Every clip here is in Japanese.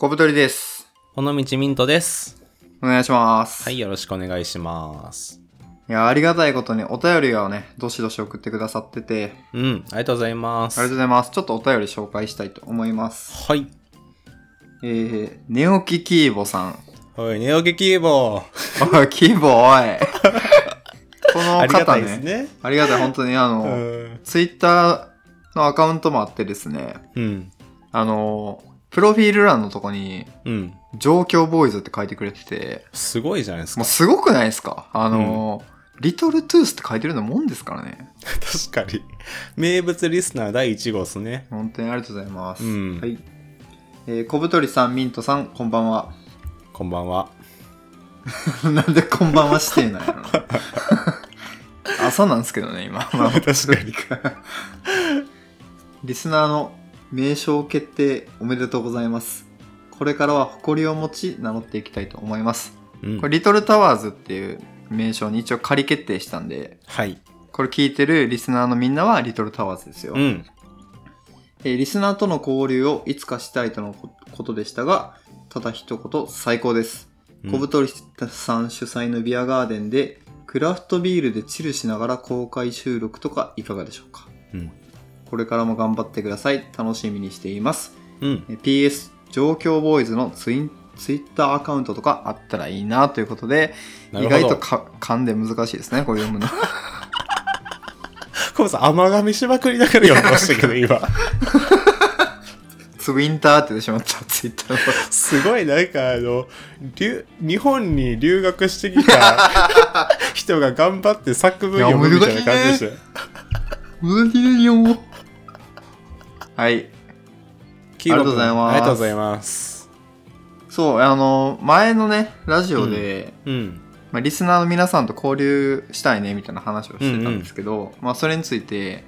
小太りです。尾道ミントです。お願いします。。はいい、よろしくお願いします。や、ありがたいことにお便りをね、どしどし送ってくださってて、ありうん、ありがとうございまがとうごす。ざいます。ちょっとお便り紹介したいと思います。はい。えー、寝起きキーボさん。 おい、寝起きキーボー。おい、キーボ おい。このありが方たねいですね。ありがたい、本当にあうの、ん。ツイッターのアカウントもあってですね、うん。あの、プロフィール欄のとこに、うん。状況ボーイズって書いてくれてて、すごいじゃないですもうか。すごくないですかあの、リトルトゥースって書いてるのもんですからね。確かに。名物リスナー第1号っすね。本当にありがとうございます。うんはい。えー小太りさん、ミントさん、こんばんは。 こんばんは。なんでこんばんはしてんのや ろ。朝なんですけどね、今。 まあ 確かに。リスナーの名称決定おめでとうございます。これからは誇りを持ち名乗っていきたいと思います。うんこれ、リトルタワーズっていう名称に一応仮決定したんで、はい。これ聞いてるリスナーのみんなはリトルタワーズですよ。うん。えーリスナーとの交流をいつかしたいとのこことでしたが、ただ一言最高です。うん小太りさん主催のビアガーデンで、クラフトビールでチルしながら公開収録とかいかがでしょうかうん。これからも頑張ってください。楽しみにしています。うん。えー PS、状況ボーイズのツインツイッターアカウントとかあったらいいなということで、なる意ほど外とか噛んで難しいですね、これ読むの。 コブさん、甘噛みしまくりながら読みましたけど、今。ツインターって出てしまった、ツイッターの。 すごいなんかあの留日本に留学してきた 人が頑張って作文読むみたいな感じでした難しいよ。はい。キーボありがードとうございますありがとうございますそう、あの、前のね、ラジオで、うんまあ、リスナーの皆さんと交流したいね、みたいな話をしてたんですけど、まあ、それについて、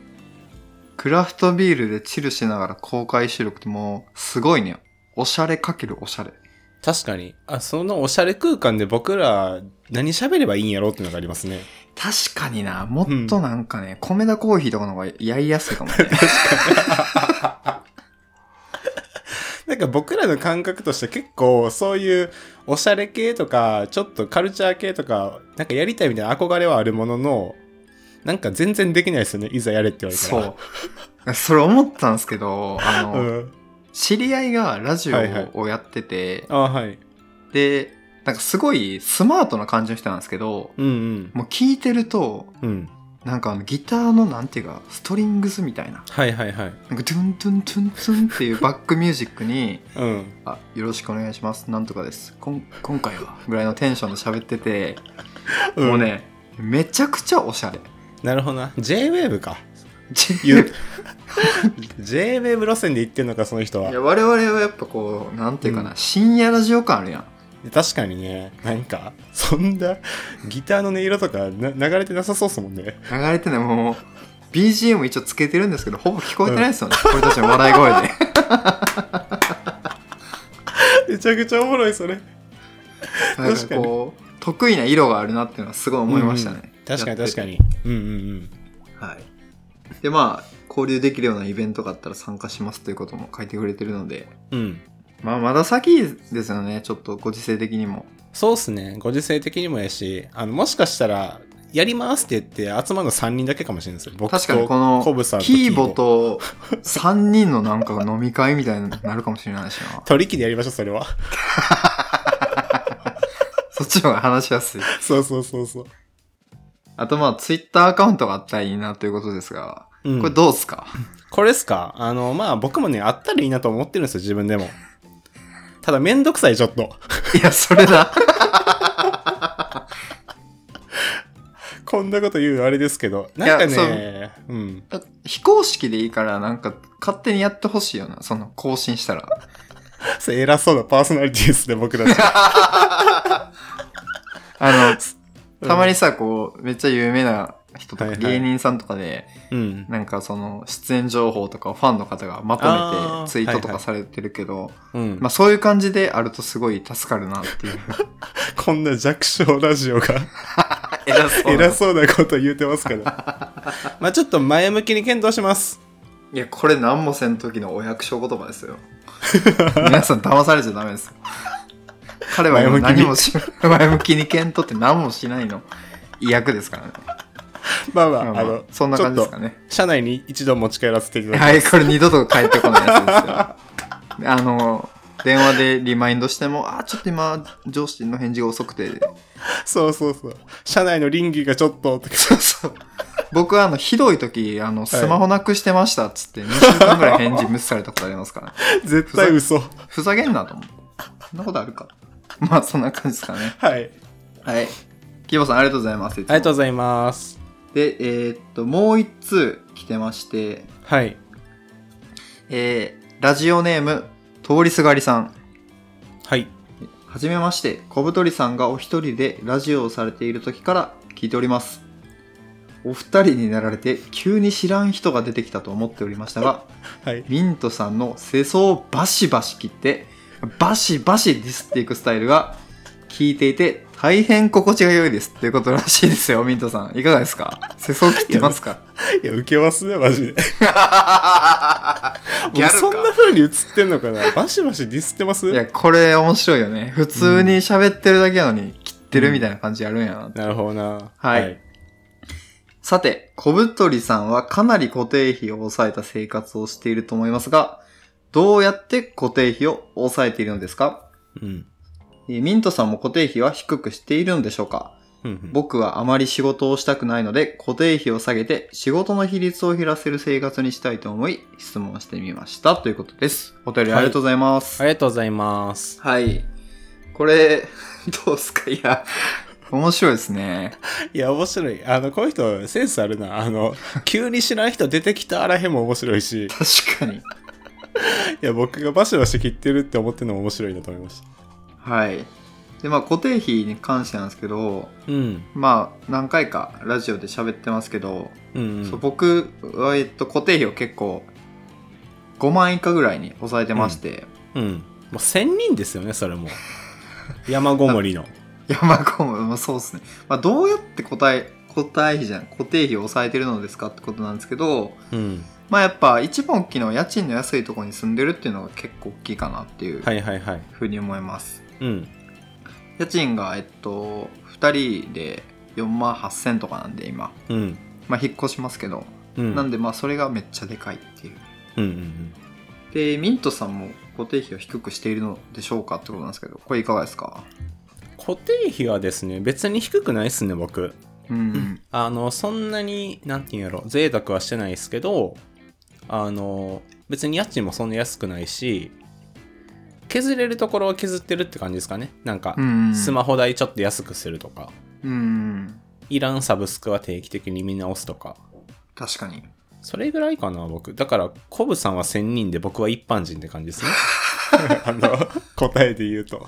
クラフトビールでチルしながら公開収録ってもう、すごいね。おしゃれかけるおしゃれ。確かにあそのおしゃれ空間で僕ら何喋ればいいんやろうっていうのがありますね確かにな、もっとなんかね、米田コーヒーとかの方がやりやすいかもね。 なんか僕らの感覚として結構そういうおしゃれ系とかちょっとカルチャー系とかなんかやりたいみたいな憧れはあるもののなんか全然できないですよねいざやれって言われたそう。らそれ思ったんですけど、あの、 うん、知り合いがラジオはいはいをやってて、あはいで、なんかすごいスマートな感じの人なんですけど、うんうんもう聞いてると、うんなんかあのギターのなんていうか、ストリングスみたいな、はいはいはいなんかトゥントゥントゥントゥンっていうバックミュージックに、うんあ、よろしくお願いします、なんとかです、こん今回は、ぐらいのテンションで喋ってて、もうね、めちゃくちゃおしゃれ。なるほどな JWAVE かい言う JWAVE 路線で行ってんのかその 人はや我々はやっぱこう、なんていうかな、う深夜ラジオ感あるやん。確かにねなんかそんなギターの音色とかな流れてなさそうっすもんね 流れてね、もう、BGM 一応つけてるんですけど、ほぼ聞こえてないですよね、俺たちの笑い声で。めちゃくちゃおもろいそれなん 確かかにこう得意な色があるなっていうのはすごい思いましたね、確かにやって確てかにうんうんはいでまあ交流できるようなイベントがあったら参加しますということも書いてくれてるのでうんうんまあまだ先ですよねちょっとご時世的にもそうっすねご時世的にもやしあのもしかしたらやりますって言って集まるの3人だけかもしれないですよ僕確かにこのコブさんとキーボと3人 のなんか飲み会みたいになるかもしれないし な取り木でやりましょうそれは そっちの方が話しやすいそうそうそうそう、あとまあツイッターアカウントがあったらいいなということですがうんこれどうっす か、これっすかあの、まあ僕もね、あったらいいなと思ってるんですよ、自分でも。ただめんどくさい、ちょっと。 いやそれだこんなこと言うのあれですけど。なんかいやね、うん。非公式でいいからなんか勝手にやってほしいよなその更新したらそう偉そうなパーソナリティですね、僕たち。 あ うの、んたまにさ、こう、めっちゃ有名な人とはか、いはい芸人さんとかで、うん。なんかその、出演情報とかをファンの方がまとめあーてツイートとかはいはいされてるけど、うんまあそういう感じであるとすごい助かるなっていう。こんな弱小ラジオが偉そ 偉そうなこと言うてますけど。まあちょっと前向きに検討します。いや、これ何もせん時のお役所言葉ですよ。 皆さん騙されちゃダメです。彼は今前向きに何もし、 前向きに検討って何もしないの。威訳ですからね。まあままああ、まああの、そんな感じですかね。ね。社内に一度持ち帰らせていただきはい、これ二度と帰ってこないやつですよ。あの、電話でリマインドしても、あ、ちょっと今、上司の返事が遅くて、そうそうそう。社内の倫理がちょっととか、僕はあの、ひどい時、あの、スマホなくしてましたっつって、2週間ぐらい返事無視されたことありますから、絶対嘘。ふざけんなと思って。そんなことあるか。 まあ、そんな感じですかね。はい。ありはい。キーボーさん、ありがとうございます。いつもがとうございます。で、えーっと、もう一通来てまして、はい。えー、ラジオネーム、通りすがりさん。はい。はじめまして、小太りさんがお一人でラジオをされている時から聞いております。お二人になられて急に知らん人が出てきたと思っておりましたが、はい。ミントさんの世相をバシバシ切って、バシバシディスっていくスタイルが聞いていて大変心地が良いですっていうことらしいですよ、ミントさん。いかがですか世相切ってますかいや、受けますね、マジで。ギャルかそんな風に映ってんのかなバシバシディスってますいや、これ面白いよね。普通に喋ってるだけなのに切ってるみたいな感じやるんやなって。なるほどな。はいさて、小太りさんはかなり固定費を抑えた生活をしていると思いますが、どうやって固定費を抑えているのですかうん。えーミントさんも固定費は低くしているのでしょうかうん僕はあまり仕事をしたくないので固定費を下げて仕事の比率を減らせる生活にしたいと思い質問してみましたということです。お便りありがとうございます。あはい。りがとうございます。これ、 どうすかいや、面白いですね。いや、面白い。あの、こういう人、センスあるな。あの、急に知らん人出てきたあらへんも面白いし、確かに。いや、僕がバシバシ切ってるって思ってるのも面白いなと思いました。はい。で、まあ固定費に関してなんですけど、うん。まあ何回かラジオで喋ってますけど、うん。そう僕は、えっと、固定費を結構5万以下ぐらいに抑えてまして、うん。もう1000人ですよね、それも。山ごもりの。いやまあこうまあそうですね、まあ、どうやって答え固定費じゃん固定費を抑えてるのですかってことなんですけど うん。まあやっぱ一番大きいのは家賃の安いところに住んでるっていうのが結構大きいかなっていうはいはいはい。ふうに思います、うん。家賃がえっと2人で4万8000とかなんで今うん。まあ引っ越しますけど、うん。なんでまあそれがめっちゃでかいっていううんうんでミントさんも固定費を低くしているのでしょうかってことなんですけどこれいかがですかうん。固定費はですね、別に低くないっすね、僕。うんあの、そんなに、なんていうんやろ、贅沢はしてないですけど、あの、別に家賃もそんな安くないし、削れるところは削ってるって感じですかね。なんかう、んスマホ代ちょっと安くするとか、うんいらんサブスクは定期的に見直すとか、確かにそれぐらいかな、僕。だから、コブさんは1000人で僕は一般人って感じです ね。あの、答えで言うと。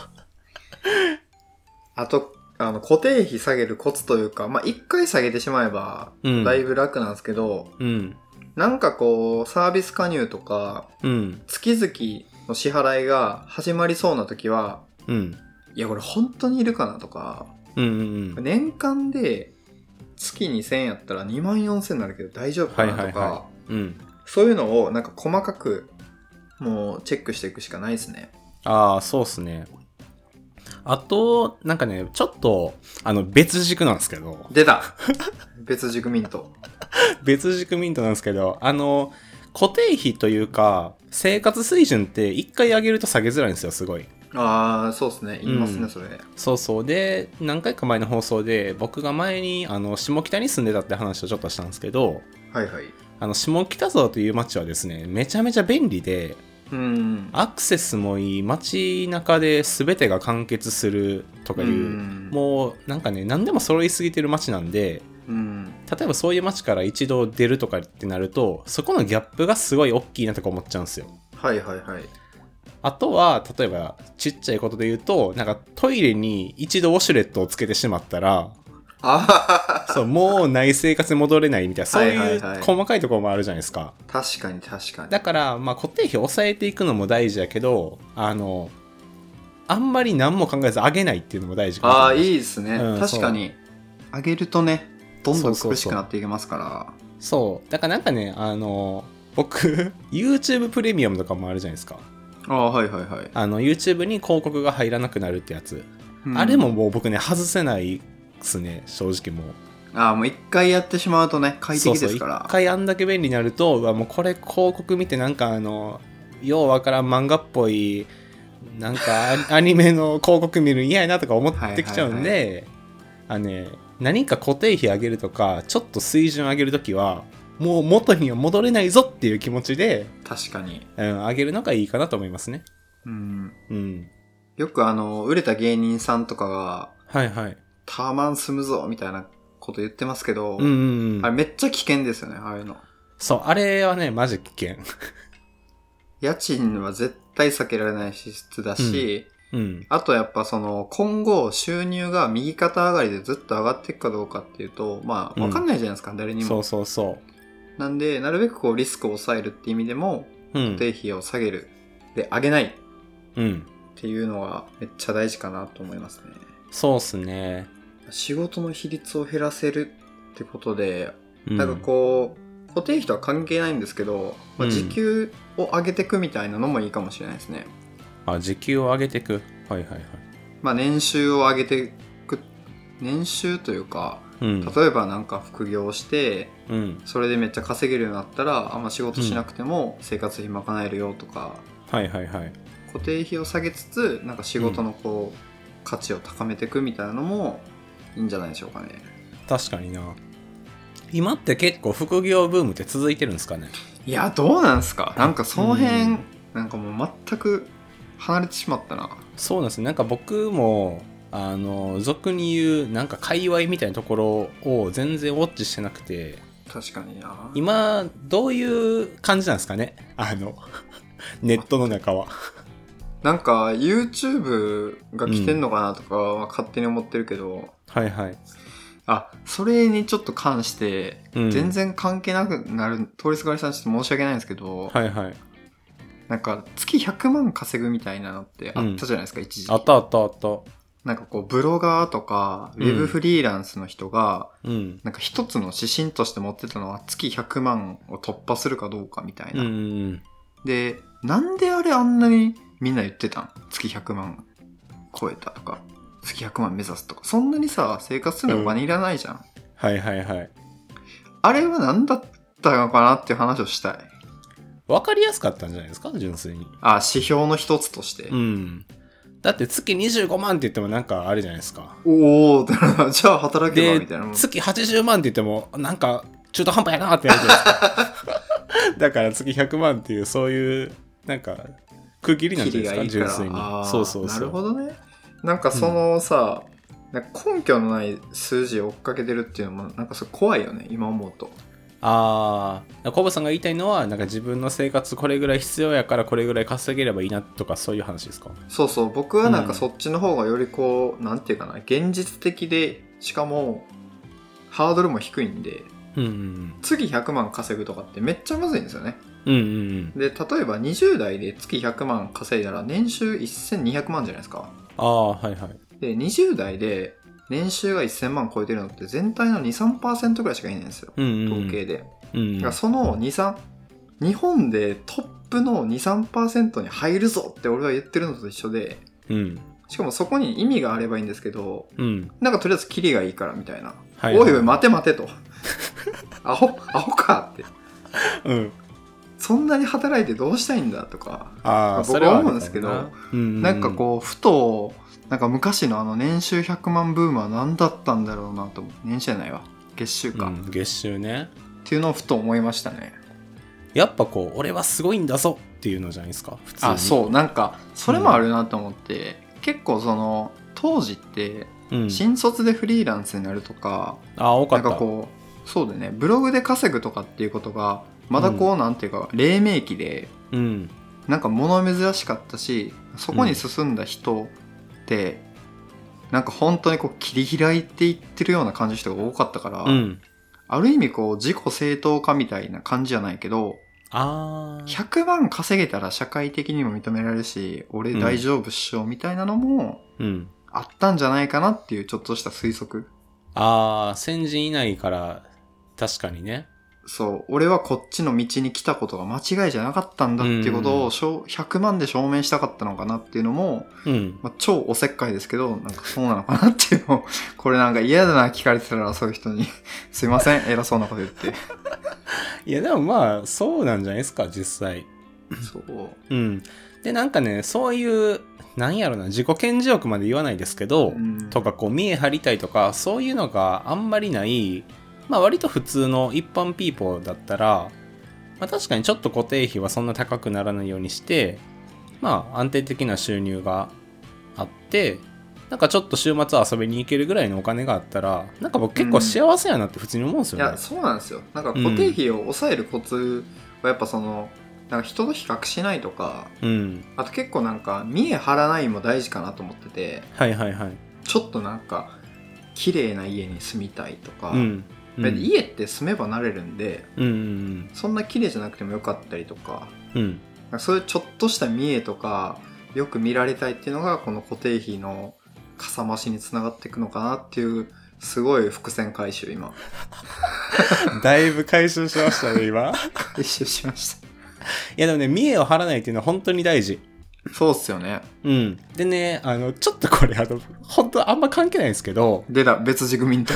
あとあの固定費下げるコツというかまあ一回下げてしまえばうん。だいぶ楽なんですけど、うん。なんかこうサービス加入とかうん。月々の支払いが始まりそうな時はうん。いやこれ本当にいるかなとかうんうんうん。年間で月2000やったら2万4000になるけど大丈夫かなとか、はいはいはうん。そういうのをなんか細かくもうチェックしていくしかないですね。ああ、そうっすね。あと、なんかね、ちょっと、あの、別軸なんですけど、 出た別軸ミント。別軸ミントなんですけど、あの、固定費というか、生活水準って一回上げると下げづらいんですよ、すごい。ああ、そうですね。言いますね、うんそれ。そうそう。で、何回か前の放送で、僕が前に、あの、下北に住んでたって話をちょっとしたんですけど、はいはい。あの、下北沢という街はですね、めちゃめちゃ便利で、うん。アクセスもいい、街中で全てが完結するとかいう、うんもうなんかね、何でも揃いすぎてる街なんで、うん。例えばそういう街から一度出るとかってなると、そこのギャップがすごい大きいなとか思っちゃうんですよ。はいはいはい。あとは、例えば、ちっちゃいことで言うと、なんかトイレに一度ウォシュレットをつけてしまったら、ああ、そう、もうない生活に戻れないみたいな、そ うはいいはういはい細かいところもあるじゃないですか。確かに確かに。だから、まあ、固定費を抑えていくのも大事やけど、あの、あんまり何も考えず上げないっていうのも大事かもしれああ、ないいいですね。うん確かに。上げるとね、どんどんそうそうそう苦しくなっていきますから。そう。だからなんかね、あの、僕 YouTube プレミアムとかもあるじゃないですかああはいはいはい、あの YouTube に広告が入らなくなるってやつ、うんあれももう僕ね外せないっすね正直もうああもう一回やってしまうとね快適ですかそうそうら一回あんだけ便利になるとうわもうこれ広告見てなんかあのようわからん漫画っぽいなんかアアニメの広告見るん嫌やなとか思ってきちゃうんで、はあのね何か固定費上げるとかちょっと水準上げるときはもう元には戻れないぞっていう気持ちで、確かにうん、上げるのがいいかなと思いますねうんうんよくあの売れた芸人さんとかがはいはいタワマン住むぞみたいなこと言ってますけど、うんうん、うんあれめっちゃ危険ですよねああいうのそうあれはねマジ危険家賃は絶対避けられない支出だし、うんあとやっぱその今後収入が右肩上がりでずっと上がっていくかどうかっていうとまあうん分かんないじゃないですか、誰にそもうそうそなんでなるべくこうリスクを抑えるって意味でもううん固定費を下げるで上げないっうんていうのがめっちゃ大事かなと思いますねそうっすね仕事の比率を減らせるってことでうなんかこう固定費とは関係ないんですけど、まあ、うん時給を上げていくみたいなのもいいかもしれないですね、あ時給を上げていくはいはいはい、まあ、年収を上げていく年収というかうん、例えばなんか副業をしてうんそれでめっちゃ稼げるようになったらあんま仕事しなくても生活費賄えるよとか、はいはいはい固定費を下げつつなんか仕事のこう、価値を高めていくみたいなのもいいんじゃないでしょうかね確かにな今って結構副業ブームって続いてるんですかねいやどうなんすかなんかその辺、うんなんかもう全く離れてしまったなそうなんですねなんか僕もあの俗に言うなんか界隈みたいなところを全然ウォッチしてなくて確かにな今どういう感じなんですかねあのネットの中はなんか YouTube が来てんのかなとかは勝手に思ってるけど、はいはい、あそれにちょっと関してうん全然関係なくなる通りすがりさんちょっと申し訳ないんですけど、はいはいなんか月100万稼ぐみたいなのってあったじゃないですか、一時あっ期たあったあったなんかこうブロガーとかウうんェブフリーランスの人が、うんなんか一つの指針として持ってたのは月100万を突破するかどうかみたいうんな、うんうんでなんであれあんなにみんな言ってたん月100万超えたとか月100万目指すとかそんなにさ生活するのお金いらないじゃん、はいはいはいあれは何だったのかなっていう話をしたい分かりやすかったんじゃないですか純粋にあ指標の一つとして、うん。だって月25万って言ってもなんかあるじゃないですか。おお じゃあ働けばでみたいなもん、月80万って言ってもなんか中途半端やなってなるじ ゃないですか。だから月100万っていうそういうなんか区切りなんじゃないですか純粋にあ。ーそうそうそう。なるほどねなんかそのさ、なんか根拠のない数字を追っかけてるっていうのもなんかそれ怖いよね今思うとああ、コブさんが言いたいのはなんか自分の生活これぐらい必要やからこれぐらい稼げればいいなとかそういう話ですか。そうそう僕はなんうかんそっちの方がよりこう、なんていうかな現実的でしかもハードルも低いんでうんうん次100万稼ぐとかってめっちゃむずいんですよねうん。うんうんうん。で例えば20代で月100万稼いだら年収1200万じゃないですかああはいはい。で20代で年収が1000万超えてるのって全体の23%ぐらいしかいないんですようんうんうん。統計で、うんうだんからその23日本でトップの23%に入るぞって俺は言ってるのと一緒でうんしかもそこに意味があればいいんですけどうん。なんかとりあえずキリがいいからみたいな。はいおいおい、待て待て と。アホ、アホかって。うん。そんなに働いてどうしたいんだとか。ああ、僕それはは思うんですけどあるかもな、なんかこう、ふと、なんか昔のあの年収100万ブームは何だったんだろうなと思う。年収じゃないわ。月収うん、か。っうん月収ね。ていうのをふと思いましたね。やっぱこう、俺はすごいんだぞっていうのじゃないですか、普通に。あ、そう。なんか、それもあるなと思って、結構その、当時って、う。ん、新卒でフリーランスになるとか、あ、多かなんった。かこうそうだよねブログで稼ぐとかっていうことがまだこう、なんていうか黎明期でうん。なんか物珍しかったしそこに進んだ人って、なんか本当にこう切り開いていってるような感じの人が多かったから、うん。ある意味こう自己正当化みたいな感じじゃないけどああ。 100万稼げたら社会的にも認められるし俺大丈夫っしょみたいなのもうん。あったんじゃないかなっていうちょっとした推測ああ、先人いないから、確かにね。そう、俺はこっちの道に来たことが間違いじゃなかったんだっていうことを、しょう100万で証明したかったのかなっていうのも、うん。まあ、超おせっかいですけど、なんかそうなのかなっていうのを、 これなんか嫌だな、聞かれてたらそういう人に、 すいません、偉そうなこと言って。いや、でもまあ、そうなんじゃないですか、実際。そう。うん。で、なんかね、そういう、なんやろな、自己顕示欲まで言わないですけど、うんとかこう見え張りたいとかそういうのがあんまりないまあ割と普通の一般ピーポーだったら、まあ、確かにちょっと固定費はそんな高くならないようにしてまあ安定的な収入があってなんかちょっと週末遊びに行けるぐらいのお金があったらなんか僕結構幸せやなって普通に思うんですいよねや、。そうなんですよ。なんか固定費を抑えるコツはやっぱその、なんか人と比較しないとか、うん、あと結構なんか見え張らないも大事かなと思ってて、はいはいはい。ちょっとなんか、綺麗な家に住みたいとか、うん。うんだって家って住めばなれるんで、うんうんそんな綺麗じゃなくてもよかったりとか、うんうんなんかそういうちょっとした見栄とか、よく見られたいっていうのが、この固定費のかさ増しにつながっていくのかなっていう、すごい伏線回収 今、だいぶ回収しましたね 今い回収しました。やでもね見栄を張らないっていうのは本当に大事そうっすよね。うん。でね、あの、ちょっとこれ、あの、本当あんま関係ないんですけど、出た、別軸ミント。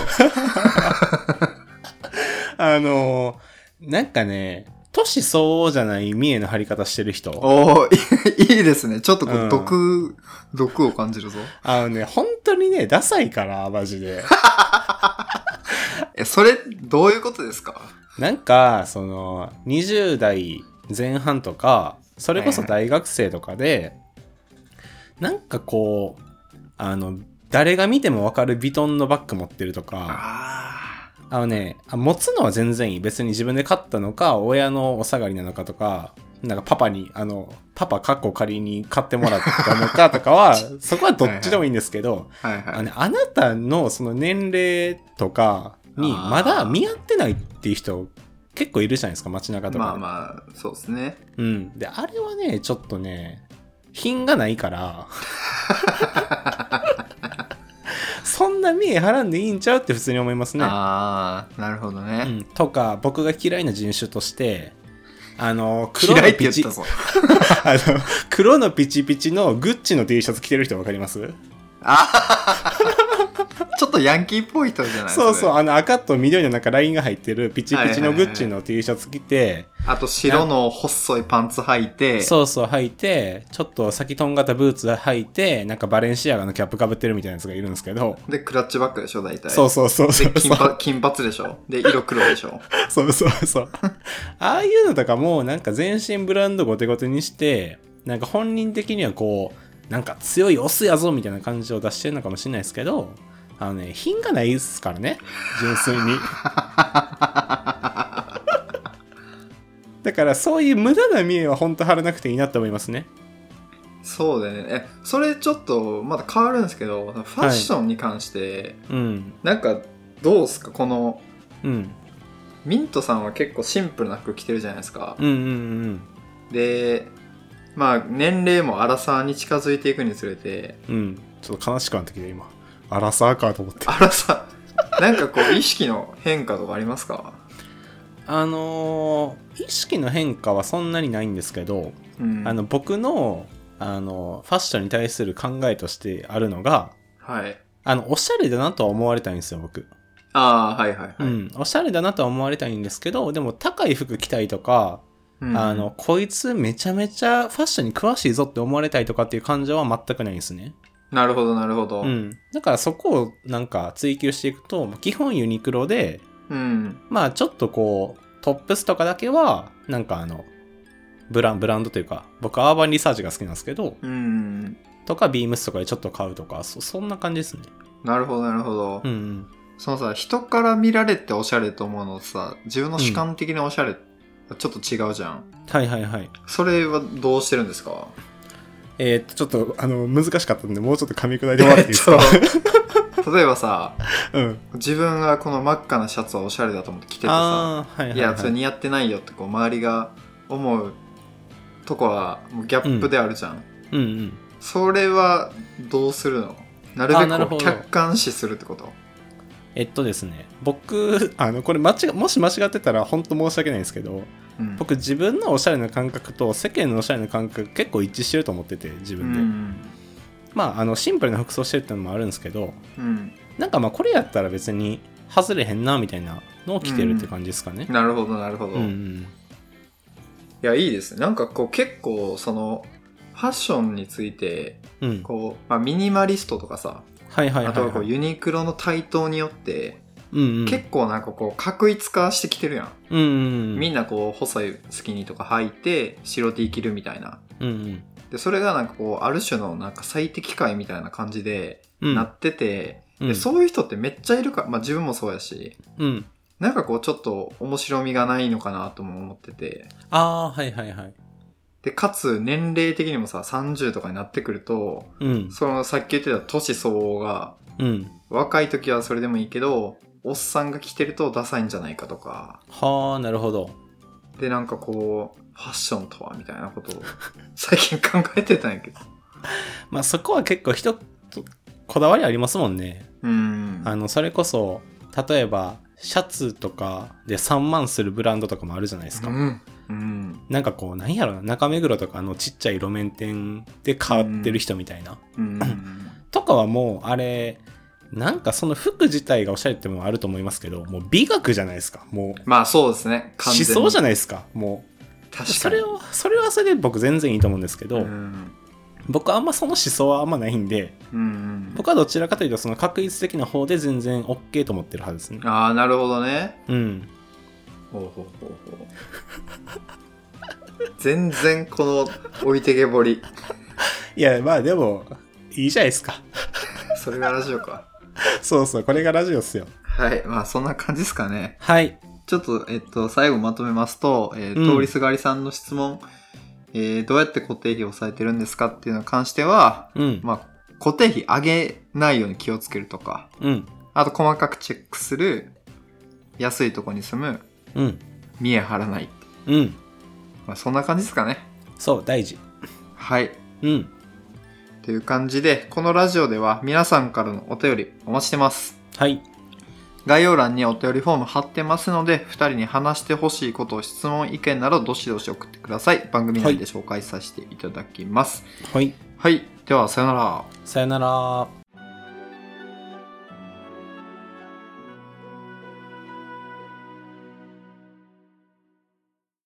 あの、なんかね、年相応じゃない見栄の張り方してる人、 おおいいいいですね。ちょっとこうんう、毒、毒を感じるぞ。あのね、本当にね、ダサいから、マジで。え、それ、どういうことですかなんか、その、20代前半とか、それこそ大学生とかで、なんかこう、あの、誰が見てもわかるビトンのバッグ持ってるとか、ああ。あのね、あ持つのは全然いい。別に自分で買ったのか、親のお下がりなのかとか、なんかパパに、あの、パパかっこ仮に買ってもらったのかとか は、そこはどっちでもいいんですけど、はいあのはい。ねあなたのその年齢とかにあーまだ見合ってないっていう人結構いるじゃないですか、街中とかで。まあまあ、そうですね。うん。で、あれはね、ちょっとね、品がない から、そんな見え張らんでいいんちゃうって普通に思いますね。ああ、なるほどうね。ん、とか僕が嫌いな人種としてあの黒嫌いのって言ピっチたぞ。あの黒のピチピチのグッチの T シャツ着てる人わかりますちょっとヤンキーっぽい人じゃないそうそうれあの赤と緑のなんかラインが入ってるピチピチのはいはいはグいッチの T シャツ着て、あと、白の細いパンツ履いて、そうそう履いてちょっと先とんがったブーツ履いてなんかバレンシアガのキャップかぶってるみたいなやつがいるんですけど、で、クラッチバックでしょ、大体。そうそうそうそうで、金髪、金髪でしょ。で、色黒でしょ。そうそうそう。ああいうのとかも、なんか全身ブランドゴテゴテにして、なんか本人的にはこう、なんか強いオスやぞみたいな感じを出してるのかもしれないですけど、あのね、品がないですからね、純粋 に。だからそういう無駄な見栄は本当張らなくていいなと思いますね。そうだよね。え、それちょっと、まだ変わるんですけど、ファッションに関して、うん。なんか、どうっすかこの、うん。ミントさんは結構シンプルな服着てるじゃないですかうん。うんうんで、まあ、年齢もアラサーに近づいていくにつれて、うん。うん。ちょっと悲しくなってきて今。アラサーかと思って。アラサー、 なんかこう、意識の変化とかありますかあのー意識の変化はそんなにないんですけど、うん。あの、僕のあのファッションに対する考えとしてあるのがはい。あのおしゃれだなとは思われたいんですよ僕、ああ、はいはいはい。うん、おしゃれだなとは思われたいんですけどでも高い服着たいとか、うんあの、こいつめちゃめちゃファッションに詳しいぞって思われたいとかっていう感情は全くないんですね、なるほどなるほど。う。ん、だからそこをなんか追求していくと基本ユニクロでうん。まあちょっとこうトップスとかだけはなんかあのブランブランドというか僕アーバンリサーチが好きなんですけどうん。とかビームスとかでちょっと買うとかそそんな感じですねなるほどなるほど。うんうんそのさ、人から見られておしゃれと思うのとさ、自分の主観的なおしゃれ、ちょっと違うじゃん。はいはいはいそれはどうしてるんですかえーっとちょっとあの難しかったんでもうちょっと噛み砕いてもらっていい ですか、えっと 例えばさ、うん、自分がこの真っ赤なシャツはおしゃれだと思って着ててさ、ああーはいはいい、はや、それ似合ってないよってこう周りが思うとこはもうギャップであるじゃん。うんうんそれはどうするのなるべあなるくほこうど客観視するってことえっとですね、僕、 あの、これ間違、もし間違ってたら本当申し訳ないんですけど、うん僕自分のおしゃれな感覚と世間のおしゃれな感覚結構一致してると思ってて、自う分で。んまあ、あの、シンプルな服装してるってのもあるんですけど、うんなんかまあ、これやったら別に外れへんな、みたいなのを着てるって感じですかね。なるほどなるほど、うん、いうん。やいいですねなんかこう結構そのファッションについてうん。こう、まあ、ミニマリストとかさ、はいはいはい、はい。あとはこうユニクロの台頭によってうん、うん。結構なんかこう確一化してきてるやん、うんうん。みんな。なこう細いスキニーとか履いて白 T 着るみたいなうんうん。でそれがなんかこうある種のなんか最適解みたいな感じでうん、なってて、うん、でそういう人ってめっちゃいるから、まあ、自分もそうやしうん。なんかこうちょっと面白みがないのかなとも思っててああー、はいはいはい。でかつ年齢的にもさ30とかになってくるとうん。そのさっき言ってた年相応がうん。若い時はそれでもいいけどおっさんが着てるとダサいんじゃないかとかはあ、なるほど。でなんかこうファッションとはみたいなことを最近考えてたんやけどまあそこは結構人とこだわりありますもんね。うんあの、それこそ、例えば、シャツとかで3万するブランドとかもあるじゃないですか。うん、うんなんかこう、なんやろな、中目黒とかのちっちゃい路面店で買ってる人みたいな。うんとかはもう、あれ、なんかその服自体がおしゃれってもあると思いますけど、もう美学じゃないですか。もう、まあそうですね思想じゃないないですか。も確かう、にそれを、それはそれで僕全然いいと思うんですけど、うん僕あんまその思想はあんまないんで、うん僕はどちらかというとその確率的な方で全然 OK と思ってるはずですねああなるほどねうんほうほうほうほう全然この置いてけぼりいやまあでもいいじゃないですか それがラジオかそうそうこれがラジオっすよはいまあそんな感じですかねはいちょっと、えっと、最後まとめますと、えーうん通りすがりさんの質問、えーどうやって固定費を抑えてるんですかっていうのに関しては、うん、まあ、固定費上げないように気をつけるとか、うんあと細かくチェックする、安いとこに住む、うん見え張らない。うんまあ、そんな感じですかね。そう大事はい。うんという感じで、このラジオでは皆さんからのお便りお待ちしてます。はい概要欄にお便りフォーム貼ってますので、2人に話してほしいこと、質問、意見など、どしどし送ってください。番組内で紹介させていただきます。はいはい、では、さよなら。さよなら